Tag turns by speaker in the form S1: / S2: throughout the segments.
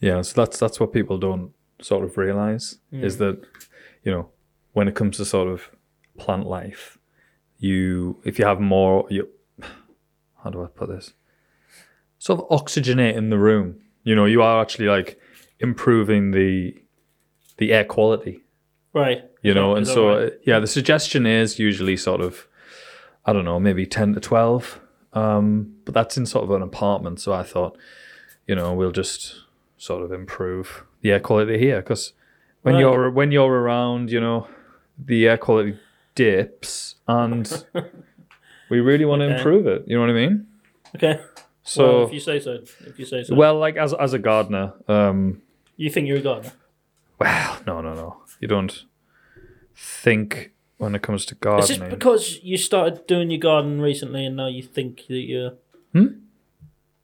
S1: Yeah, so that's that's what people don't sort of realize is that you know when it comes to sort of plant life, you if you have more, you how do I put this? Sort of oxygenating the room. You know, you are actually like improving the the air quality
S2: Right.
S1: you know
S2: Is
S1: and
S2: that
S1: so
S2: right?
S1: uh, yeah the suggestion is usually sort of i don't know maybe 10 to 12 um but that's in sort of an apartment so i thought you know we'll just sort of improve the air quality here because when
S2: Right.
S1: you're when you're around you know the air quality dips and we really want to
S2: Okay.
S1: improve it you know what i mean
S2: Okay.
S1: uh, so
S2: well,
S1: well,
S2: if you say so, if you say so.
S1: like as as a gardener um
S2: you think you're a gardener?
S1: well no no no you don't think when it comes to
S2: It's
S1: gardening
S2: just because you started doing your garden recently, and now you think that you're.
S1: Hmm?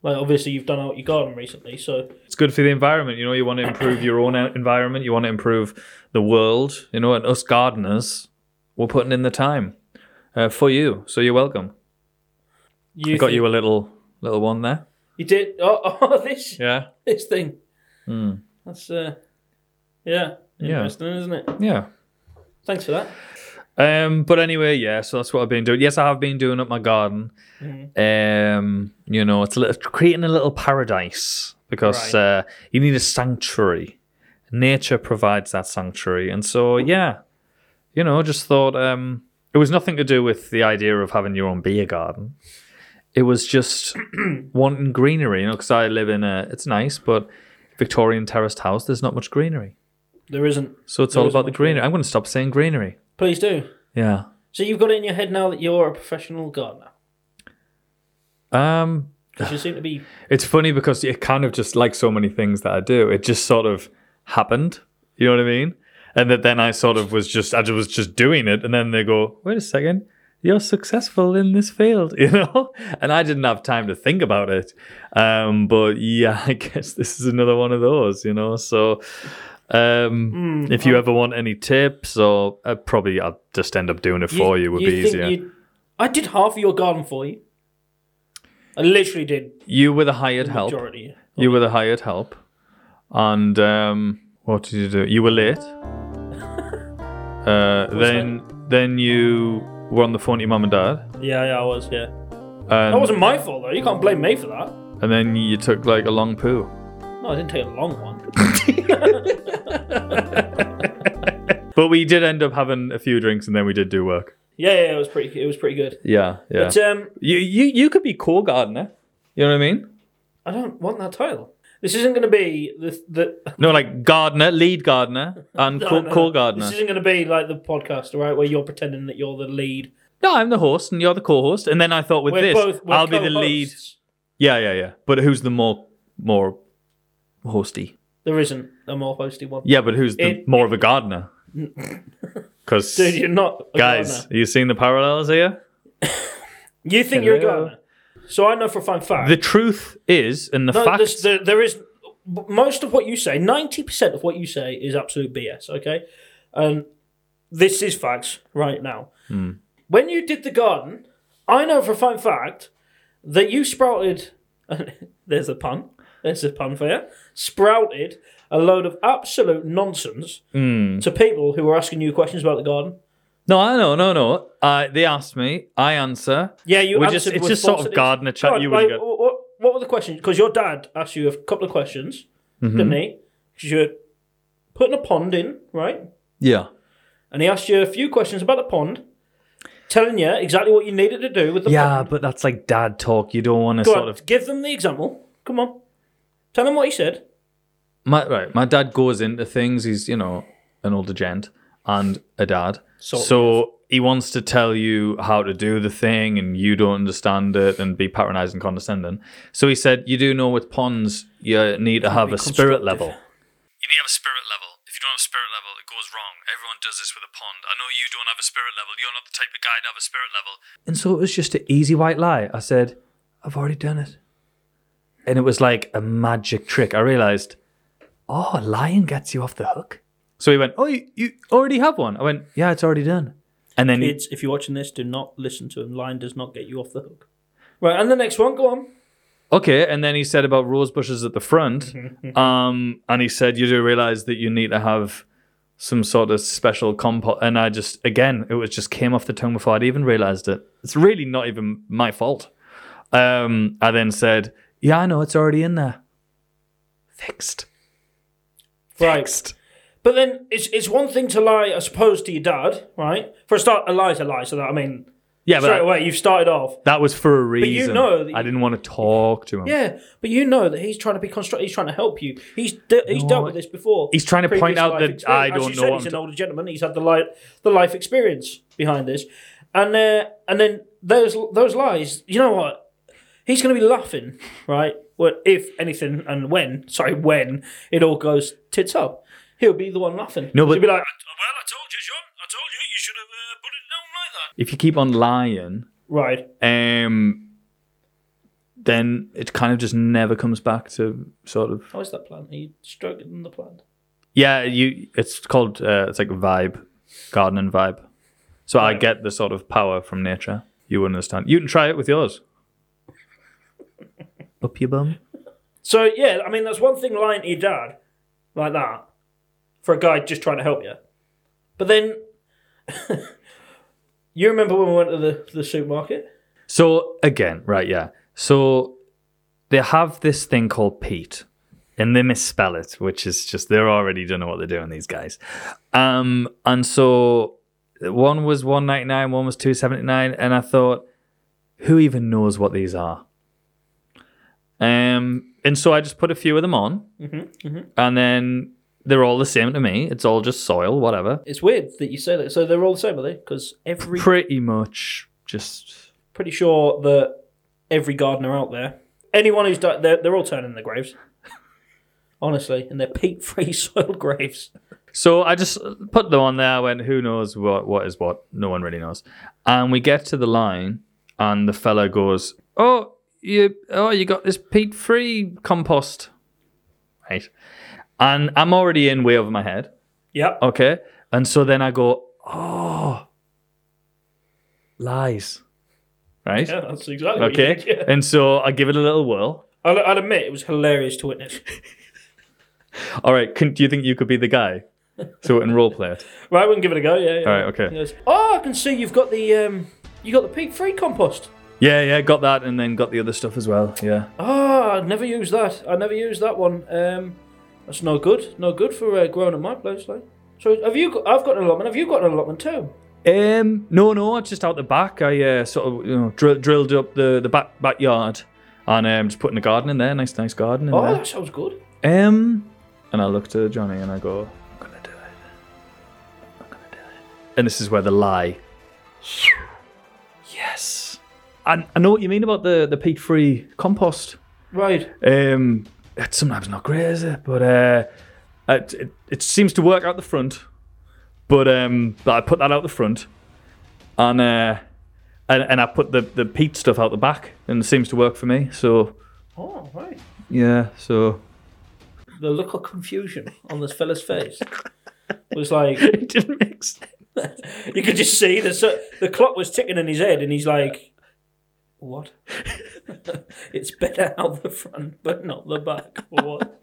S2: Like obviously you've done out your garden recently, so
S1: it's good for the environment. You know, you want to improve your own uh, environment. You want to improve the world. You know, and us gardeners, we're putting in the time uh, for you. So you're welcome.
S2: you
S1: I got
S2: think-
S1: you a little little one there.
S2: You did. Oh, oh this
S1: Yeah.
S2: this thing.
S1: Hmm.
S2: That's uh, yeah,
S1: Yeah.
S2: interesting, isn't it?
S1: Yeah.
S2: Thanks for that.
S1: Um. But anyway, yeah. So that's what I've been doing. Yes, I have been doing up my garden.
S2: Mm.
S1: Um. You know, it's a little, creating a little paradise because
S2: Right.
S1: uh, you need a sanctuary. Nature provides that sanctuary, and so yeah, you know, just thought um, it was nothing to do with the idea of having your own beer garden. It was just wanting greenery, you know, because I live in a it's nice, but Victorian terraced house. There's not much greenery,
S2: There isn't.
S1: so it's
S2: There
S1: all
S2: isn't
S1: about the
S2: much
S1: greenery. I'm going to stop saying greenery.
S2: Please do.
S1: Yeah.
S2: So you've got it in your head now that you're a professional gardener
S1: Um.
S2: because you seem to be.
S1: It's funny because it kind of just like so many things that I do, it just sort of happened. You know what I mean? And that then I sort of was just I was just doing it, and then they go, "Wait a second, you're successful in this field," you know. And I didn't have time to think about it. Um, but yeah, I guess this is another one of those, you know. So um, if you ever want any tips, or uh, probably I'll just end up doing it for you would be
S2: think
S1: easier. You,
S2: you'd- I did half of your garden for you. I literally did
S1: were the hired help.
S2: majority.
S1: You were the hired help, and um, what did you do? You were late. Uh, then, then you were on the phone to your mum and dad,
S2: Yeah, yeah, I was. Yeah, that
S1: and,
S2: wasn't my fault though. You can't blame me for that.
S1: and then you took like a long poo.
S2: No, I didn't take a long one.
S1: But we did end up having a few drinks, and then we did do work.
S2: Yeah, yeah, it was pretty. It was pretty good.
S1: Yeah, yeah.
S2: But um,
S1: you, you, you could be core gardener. You know what I mean?
S2: I don't want that title. This isn't going to be the the
S1: No, like gardener, lead gardener, and
S2: No,
S1: core,
S2: no,
S1: core
S2: no.
S1: gardener.
S2: This isn't going to be like the podcast, all right, where you're pretending that you're the lead.
S1: No, I'm the host, and you're the co-host. And then I thought with
S2: We're
S1: this,
S2: both. We're
S1: I'll be the lead.
S2: co-hosts.
S1: Yeah, yeah, yeah. But who's the more more hosty?
S2: There isn't a more hosty one.
S1: Yeah, but who's the
S2: It-
S1: more of a gardener? Because
S2: Dude, you're not a
S1: guys,
S2: gardener.
S1: you seen the parallels here?
S2: You think you're a
S1: Hello.
S2: gardener. So I know for a fine fact.
S1: The truth is, and the
S2: no,
S1: fact
S2: there's- there, there is most of what you say. Ninety percent of what you say is absolute BS. Okay, and this is facts right now.
S1: Hmm.
S2: When you did the garden, I know for a fine fact that you sprouted. there's a pun. There's a pun for you. Sprouted a load of absolute nonsense
S1: Hmm.
S2: to people who were asking you questions about the garden.
S1: no, I know, no, no. Uh, they asked me, I answer.
S2: Yeah, you.
S1: We're
S2: answered
S1: just- it's
S2: with
S1: just sort of
S2: falsities.
S1: gardener chat.
S2: Go on,
S1: You
S2: like,
S1: wouldn't get-
S2: What, what- what were the questions? Because your dad asked you a couple of questions,
S1: Mm-hmm.
S2: didn't he? Because you're putting a pond in, right?
S1: Yeah,
S2: And he asked you a few questions about the pond, telling you exactly what you needed to do with the
S1: yeah,
S2: pond.
S1: but that's like dad talk. You don't want to
S2: Go
S1: sort
S2: on,
S1: of.
S2: give them the example. Come on, tell them what he said.
S1: My, right, my dad goes into things. He's you know an older gent and a dad,
S2: Sort
S1: so he wants to tell you how to do the thing, and you don't understand it, and be patronising, condescending. So he said, "You do know with ponds, you need to have
S2: be
S1: a spirit
S2: constructive.
S1: level. You need to have a spirit level. If you don't have a spirit level, it goes wrong. Everyone does this with a pond. I know you don't have a spirit level. You're not the type of guy to have a spirit level." And so it was just an easy white lie. I said, "I've already done it," and it was like a magic trick. I realised oh, a lion gets you off the hook. So he went, oh, you, you already have one. I went, yeah, it's already done. And then
S2: Kids, if you're watching this, do not listen to him. Line does not get you off the hook. Right, and the next one. Go on.
S1: okay. And then he said about rose bushes at the front.
S2: Mm-hmm,
S1: um, and he said, you do realize that you need to have some sort of special compost. And I just, again, it was just came off the tongue before I'd even realized it. It's really not even my fault. Um, I then said, yeah, I know it's already in there. Fixed.
S2: Right. But then it's it's one thing to lie, I suppose, to your dad, right? For a start, a lie's a lie. So that I mean,
S1: Yeah,
S2: straight
S1: but
S2: away you've started off.
S1: that was for a reason.
S2: know that
S1: I didn't want to talk to him.
S2: Yeah, but you know that he's trying to be constructive. He's trying to help you. He's de- he's
S1: No.
S2: dealt with this before.
S1: He's trying to
S2: Previous
S1: point out
S2: life
S1: that I
S2: experience. As
S1: don't
S2: you
S1: know
S2: Said,
S1: what
S2: he's
S1: I'm
S2: an older gentleman. He's had the life the life experience behind this, and uh, and then those those lies. You know what? He's going to be laughing, right? Well, if anything, and when sorry, when it all goes tits up, he'll be the one laughing.
S1: No, but-
S2: he'll be like, "Well, I told you, John. I told you. You should have uh, put it down like that."
S1: If you keep on lying,
S2: Right.
S1: um, then it kind of just never comes back to sort of
S2: How is that plan? Are you stroking the plan?
S1: yeah. You it's called uh, it's like vibe, garden and vibe. So I
S2: Right.
S1: get the sort of power from nature. You wouldn't understand. You can try it with yours. Up your bum.
S2: So yeah, I mean that's one thing lying to your dad like that for a guy just trying to help you. But then you remember when we went to the, the supermarket?
S1: So again, right? Yeah. So they have this thing called Pete, and they misspell it, which is just they're already don't know what they're doing. These guys. Um, and so one was one ninety nine, one was two seventy nine, and I thought, who even knows what these are? Um, and so I just put a few of them on, and then they're all the same to me. It's all just soil, whatever.
S2: It's weird that you say that. So they're all the same, are they? Because every
S1: Pretty much just
S2: pretty sure that every gardener out there, anyone who's died, they're, they're all turning their graves. Honestly, and they're peat-free soil graves.
S1: So I just put them on there. I went, who knows what what is what? No one really knows. And we get to the line, and the fella goes, "Oh, you oh you got this peat free compost, right?" And I'm already in way over my head.
S2: Yep.
S1: Okay, and so then I go, "Oh, lies," right?
S2: Yeah, that's exactly. What you
S1: Okay,
S2: did, yeah.
S1: and so I give it a little whirl.
S2: I'll, I'll admit it was hilarious to witness.
S1: All right, can, do you think you could be the guy? So in role play it.
S2: Right, we can give it a go. Yeah. yeah.
S1: All right, okay.
S2: He goes, oh, I can see you've got the um, you got the peat free compost.
S1: Yeah, yeah, got that, and then got the other stuff as well. Yeah.
S2: Ah, I'd never use that. I never used that one. Um, that's no good. No good for uh, growing at my place, though. So have you? Got, I've got an allotment. Have you got an allotment too?
S1: Um, no, no, it's just out the back. I uh, sort of you know, drill, drilled up the, the back backyard, and um, just putting a garden in there. Nice, nice garden in
S2: Oh, that sounds good.
S1: there. Um, and I look to Johnny and I go, "I'm gonna do it. I'm gonna do it." And this is where the lie. Yes, I, I know what you mean about the the peat free compost.
S2: Right.
S1: Um, it's sometimes not great, is it? But uh, it, it, it seems to work out the front. But um, but I put that out the front, and uh, and, and I put the the peat stuff out the back, and it seems to work for me. So
S2: Oh, right.
S1: yeah, so
S2: The look of confusion on this fella's face was like
S1: it didn't make sense.
S2: you could just see the so, the clock was ticking in his head, and he's like, "What? it's better out the front, but not the back. What?"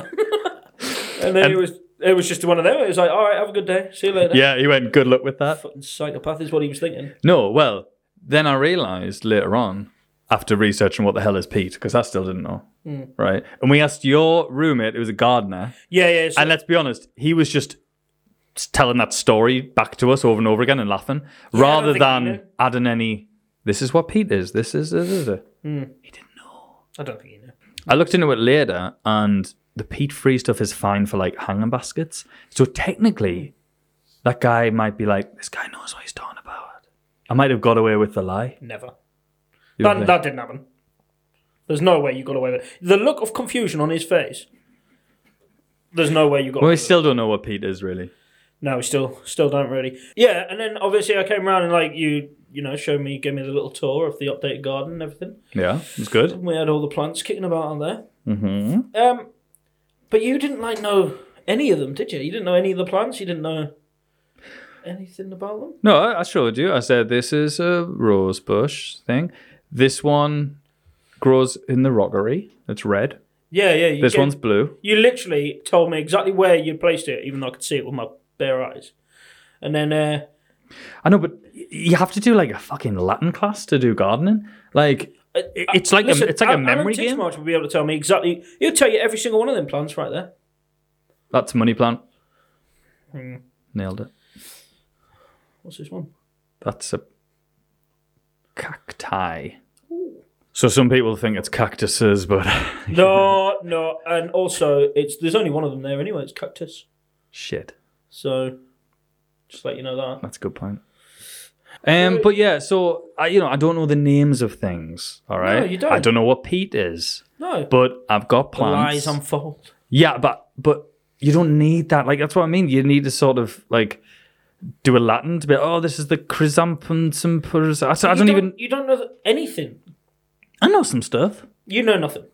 S2: and then it was it was just one of them. It was like, "All right, have a good day. See you later."
S1: Yeah, he went. Good luck with that.
S2: Fucking psychopath is what he was thinking.
S1: No, well, then I realised later on, after researching what the hell is peat, because I still didn't know, right? And we asked your roommate, who was a gardener,
S2: Yeah, yeah. So,
S1: And let's be honest, he was just telling that story back to us over and over again and laughing, rather
S2: think he
S1: than
S2: knew.
S1: adding any. This is what Pete is. This is. This is it.
S2: I don't think you know.
S1: I looked into it later, and the peat free stuff is fine for like hanging baskets. So technically, that guy might be like, this guy knows what he's talking about. I might have got away with the lie.
S2: Never.
S1: You
S2: That,
S1: think?
S2: that didn't happen. There's no way you got away with it. The look of confusion on his face. There's no way you got.
S1: Well,
S2: away
S1: we
S2: with it.
S1: still don't know what Pete is really.
S2: No, we still still don't really. Yeah, and then obviously I came around and like you you know showed me gave me the little tour of the updated garden and everything.
S1: Yeah, it's good.
S2: We had all the plants kicking about on there.
S1: hmm
S2: Um, but you didn't like know any of them, did you? You didn't know any of the plants. You didn't know anything about them.
S1: No, I, I showed you. I said this is a rose bush thing. This one grows in the rockery. It's red.
S2: Yeah, yeah. You
S1: This
S2: get-
S1: one's blue.
S2: You literally told me exactly where you placed it, even though I could see it with my bare eyes. And then, uh,
S1: I know, but y- you have to do like a fucking Latin class to do gardening. Like it- it's like
S2: listen,
S1: a, it's like a
S2: Alan- Alan
S1: memory game.
S2: Titchmarsh will be able to tell me exactly. He'll tell you every single one of them plants right there.
S1: That's money plant. Nailed it.
S2: What's this one?
S1: That's a cacti. So some people think it's cactuses, but
S2: No, no. And also, it's there's only one of them there anyway. It's cactus.
S1: shit.
S2: So, just let you know that.
S1: That's a good point. Um, but yeah, so I, you know, I don't know the names of things. All right,
S2: you don't.
S1: I don't know what peat is,
S2: No,
S1: but I've got
S2: lies
S1: plants.
S2: unfold.
S1: yeah, but but you don't need that. Like that's what I mean. You need to sort of like do a Latin to be. Oh, this is the chrysanthemum. some pers- I, I
S2: You
S1: don't even.
S2: You don't know th- anything.
S1: I know some stuff.
S2: You know nothing.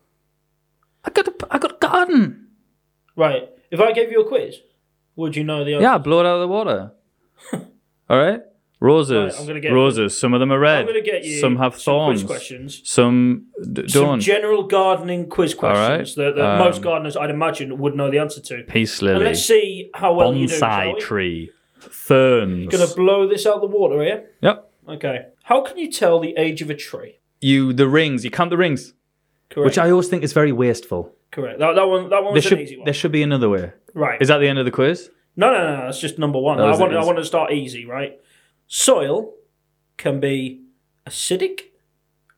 S1: I got a, I got a garden.
S2: Right. If I gave you a quiz, would you know the answer?
S1: Yeah, I blow it out of the water. all right, roses.
S2: Right, I'm gonna get-
S1: roses. Some of them are red.
S2: I'm going to get you
S1: some have thorns.
S2: quiz questions.
S1: Some d-
S2: Some
S1: don't.
S2: general gardening quiz questions
S1: All right.
S2: that, that
S1: Um,
S2: most gardeners, I'd imagine, would know the answer to.
S1: Peace
S2: And
S1: lily.
S2: let's see how well you do. shall
S1: bonsai
S2: we?
S1: tree, ferns.
S2: Gonna blow this out the water here.
S1: yep.
S2: Okay. How can you tell the age of a tree?
S1: You the rings. You count the rings,
S2: Correct.
S1: which I always think is very wasteful.
S2: Correct. That, that one. That
S1: There
S2: one was
S1: should
S2: an easy one.
S1: there should be another way.
S2: right.
S1: Is that the end of the quiz?
S2: no, no, no, no. That's just number one.
S1: That
S2: I
S1: was
S2: want.
S1: it,
S2: I
S1: is-
S2: want to start easy. Right. Soil can be acidic,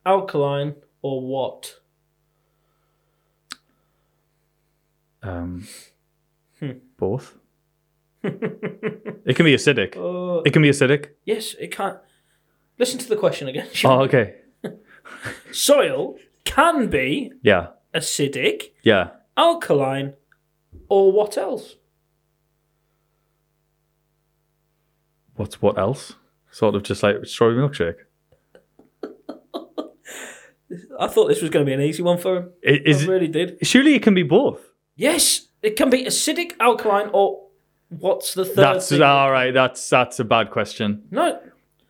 S2: alkaline, or what?
S1: Um,
S2: Hmm.
S1: both. it can be acidic. it can be acidic.
S2: Uh, Yes, it can't. Listen to the question again.
S1: Oh, okay.
S2: Soil can be
S1: Yeah,
S2: acidic,
S1: yeah.
S2: alkaline, or what else?
S1: What's what else? Sort of just like strawberry milkshake.
S2: I thought this was going to be an easy one for him.
S1: I- Is,
S2: I really did.
S1: surely it can be both.
S2: Yes, it can be acidic, alkaline, or what's the third
S1: That's
S2: thing?
S1: all right. That's that's a bad question.
S2: no,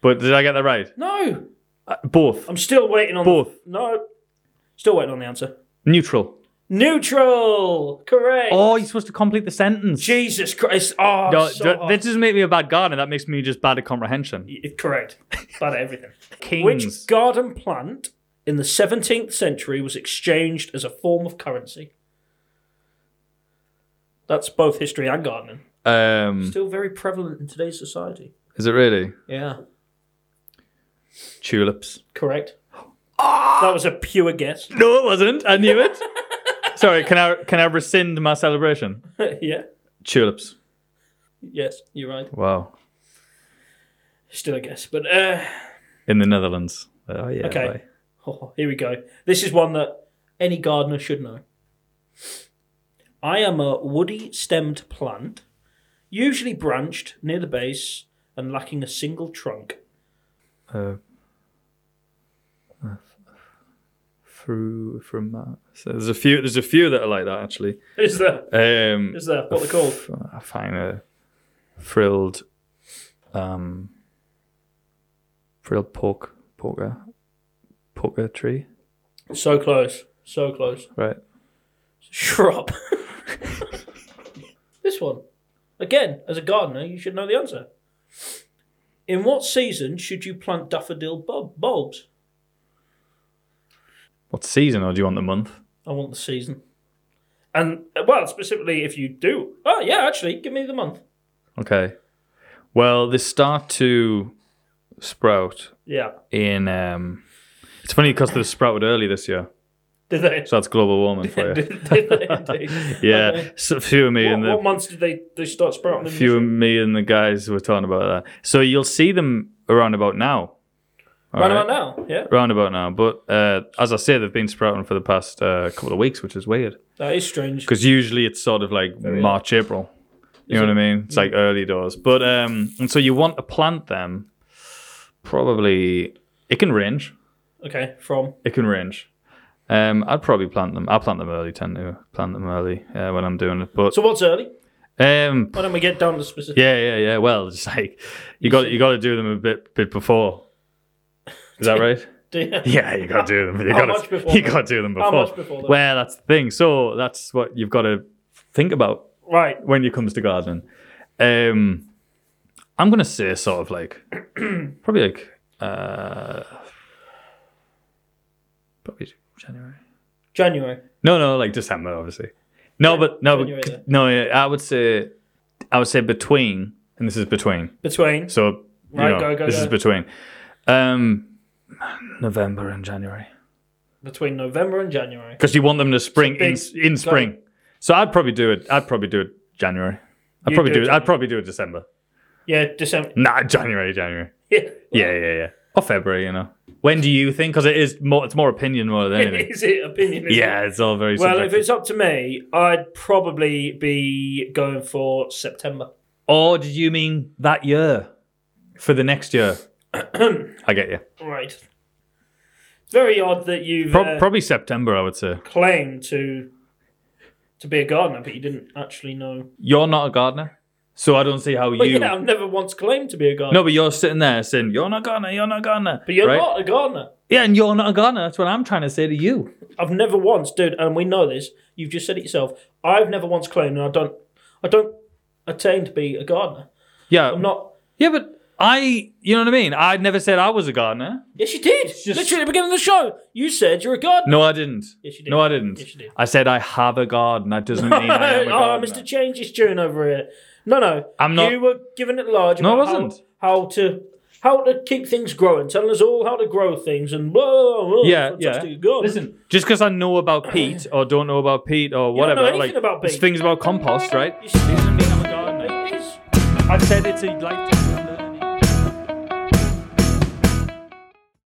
S1: But did I get that right?
S2: no.
S1: Uh, both.
S2: I'm still waiting on
S1: Both.
S2: No, still waiting on the answer.
S1: Neutral.
S2: Neutral. Correct.
S1: Oh, you're supposed to complete the sentence.
S2: Jesus Christ. Oh,
S1: No,
S2: so
S1: that-
S2: hard.
S1: that doesn't make me a bad gardener. That makes me just bad at comprehension.
S2: Y- Correct. About everything.
S1: Kings.
S2: Which garden plant in the 17th century was exchanged as a form of currency? That's both history and gardening.
S1: um,
S2: Still very prevalent in today's society.
S1: is it really
S2: Yeah.
S1: tulips?
S2: Correct. That was a pure guess.
S1: Ah! No, it wasn't. I knew it. Sorry, can I can I rescind my celebration?
S2: yeah.
S1: Tulips.
S2: Yes, you're right.
S1: Wow.
S2: Still a guess. But uh
S1: In the Netherlands. Oh yeah.
S2: Okay.
S1: boy.
S2: oh, here we go. This is one that any gardener should know. I am a woody stemmed plant, usually branched near the base and lacking a single trunk.
S1: Uh, uh, through from that. So there's a few. There's a few that are like that actually.
S2: Is there?
S1: Um,
S2: Is there? What they're called?
S1: I find a frilled, um, frilled pork, porker, porker tree,
S2: So close. So close.
S1: right?
S2: Shrub. this one. Again, as a gardener, you should know the answer. In what season should you plant daffodil bul- bulbs?
S1: What season or do you want the month?
S2: I want the season. And, uh, well, specifically if you do. Oh, yeah, actually, give me the month.
S1: Okay. Well, they start to sprout
S2: Yeah.
S1: in. Um, it's funny because they sprouted early this year,
S2: Did they?
S1: so that's global warming for you.
S2: did, did they indeed?
S1: Yeah,
S2: Okay.
S1: so a few of me
S2: What,
S1: and the
S2: what months did they, they start sprouting? in
S1: few
S2: this
S1: of
S2: year?
S1: me and the guys were talking about that. So you'll see them around about now. All right?
S2: Right about now, yeah.
S1: round about now. But uh, as I say, they've been sprouting for the past uh, couple of weeks, which is weird
S2: That is strange.
S1: because usually it's sort of like March, April. You know what I mean? It's like early doors. But um, and so you want to plant them. Probably it can range.
S2: Okay, from.
S1: It can range. Um, I'd probably plant them. I plant them early. Tend to plant them early uh, when I'm doing it. But
S2: So what's early?
S1: um,
S2: Why don't we get down to specific?
S1: yeah, yeah, yeah. Well, it's like you got you got to do them a bit bit before. Is that right?
S2: Do you?
S1: Yeah, you gotta do them. You
S2: How
S1: gotta,
S2: much before
S1: you
S2: then?
S1: gotta do them before.
S2: How much before then?
S1: Well, that's the thing. So that's what you've got to think about
S2: Right.
S1: when it comes to gardening. Um, I'm gonna say sort of like probably like uh, probably January.
S2: January.
S1: No, no, like December, obviously. No, but no,
S2: January then.
S1: but, no. yeah, I would say, I would say between, and this is between.
S2: Between.
S1: So you
S2: Right,
S1: know,
S2: go, go,
S1: this
S2: go.
S1: is between um, November and January
S2: Between November and January.
S1: because you want them to spring
S2: big-
S1: in in spring. So I'd probably do it. I'd probably do it January. I'd
S2: You'd
S1: probably
S2: do
S1: do
S2: it
S1: it. I'd probably do it December.
S2: Yeah, December.
S1: Nah, January, January.
S2: Yeah.
S1: Yeah, yeah, yeah. Or February, you know. When do you think? Because it is more. It's more opinion more than anything.
S2: Is it opinion? isn't
S1: yeah,
S2: it?
S1: it's all very.
S2: Well, if
S1: subjective.
S2: it's up to me, I'd probably be going for September.
S1: Or did you mean that year for the next year? I get you.
S2: Right. It's very odd that you've
S1: Pro-
S2: uh,
S1: probably September, I would say.
S2: claimed to to be a gardener, but you didn't actually know.
S1: You're not a gardener, so I don't see how
S2: But
S1: you.
S2: yeah, I've never once claimed to be a gardener.
S1: No, but you're sitting there saying you're not a gardener, you're not a gardener.
S2: but you're
S1: right?
S2: not a gardener.
S1: Yeah, and you're not a gardener. That's what I'm trying to say to you.
S2: I've never once, dude, and we know this. You've just said it yourself. I've never once claimed, and I don't, I don't attain to be a gardener.
S1: Yeah,
S2: I'm not.
S1: yeah, but I, you know what I mean. I never said I was a gardener.
S2: Yes, you did.
S1: just-
S2: Literally at the beginning of the show, you said you're a gardener.
S1: No, I didn't.
S2: Yes, you did.
S1: No, I didn't.
S2: Yes, you did.
S1: I said I have a garden. That doesn't mean I am a
S2: oh,
S1: gardener.
S2: Mr. Change his tune over here. No, no.
S1: I'm not-
S2: You were giving it large.
S1: No, I
S2: about how-
S1: wasn't.
S2: How, to. How to keep things growing, telling us all how to grow things and blah, blah, blah.
S1: Yeah, yeah.
S2: fantastic garden.
S1: Listen, just because I know about Pete or don't know about Pete or whatever,
S2: know anything
S1: like
S2: about
S1: there's
S2: Pete.
S1: things about compost, right?
S2: You see, I'm a gardener. It is.
S1: I've said it's a like.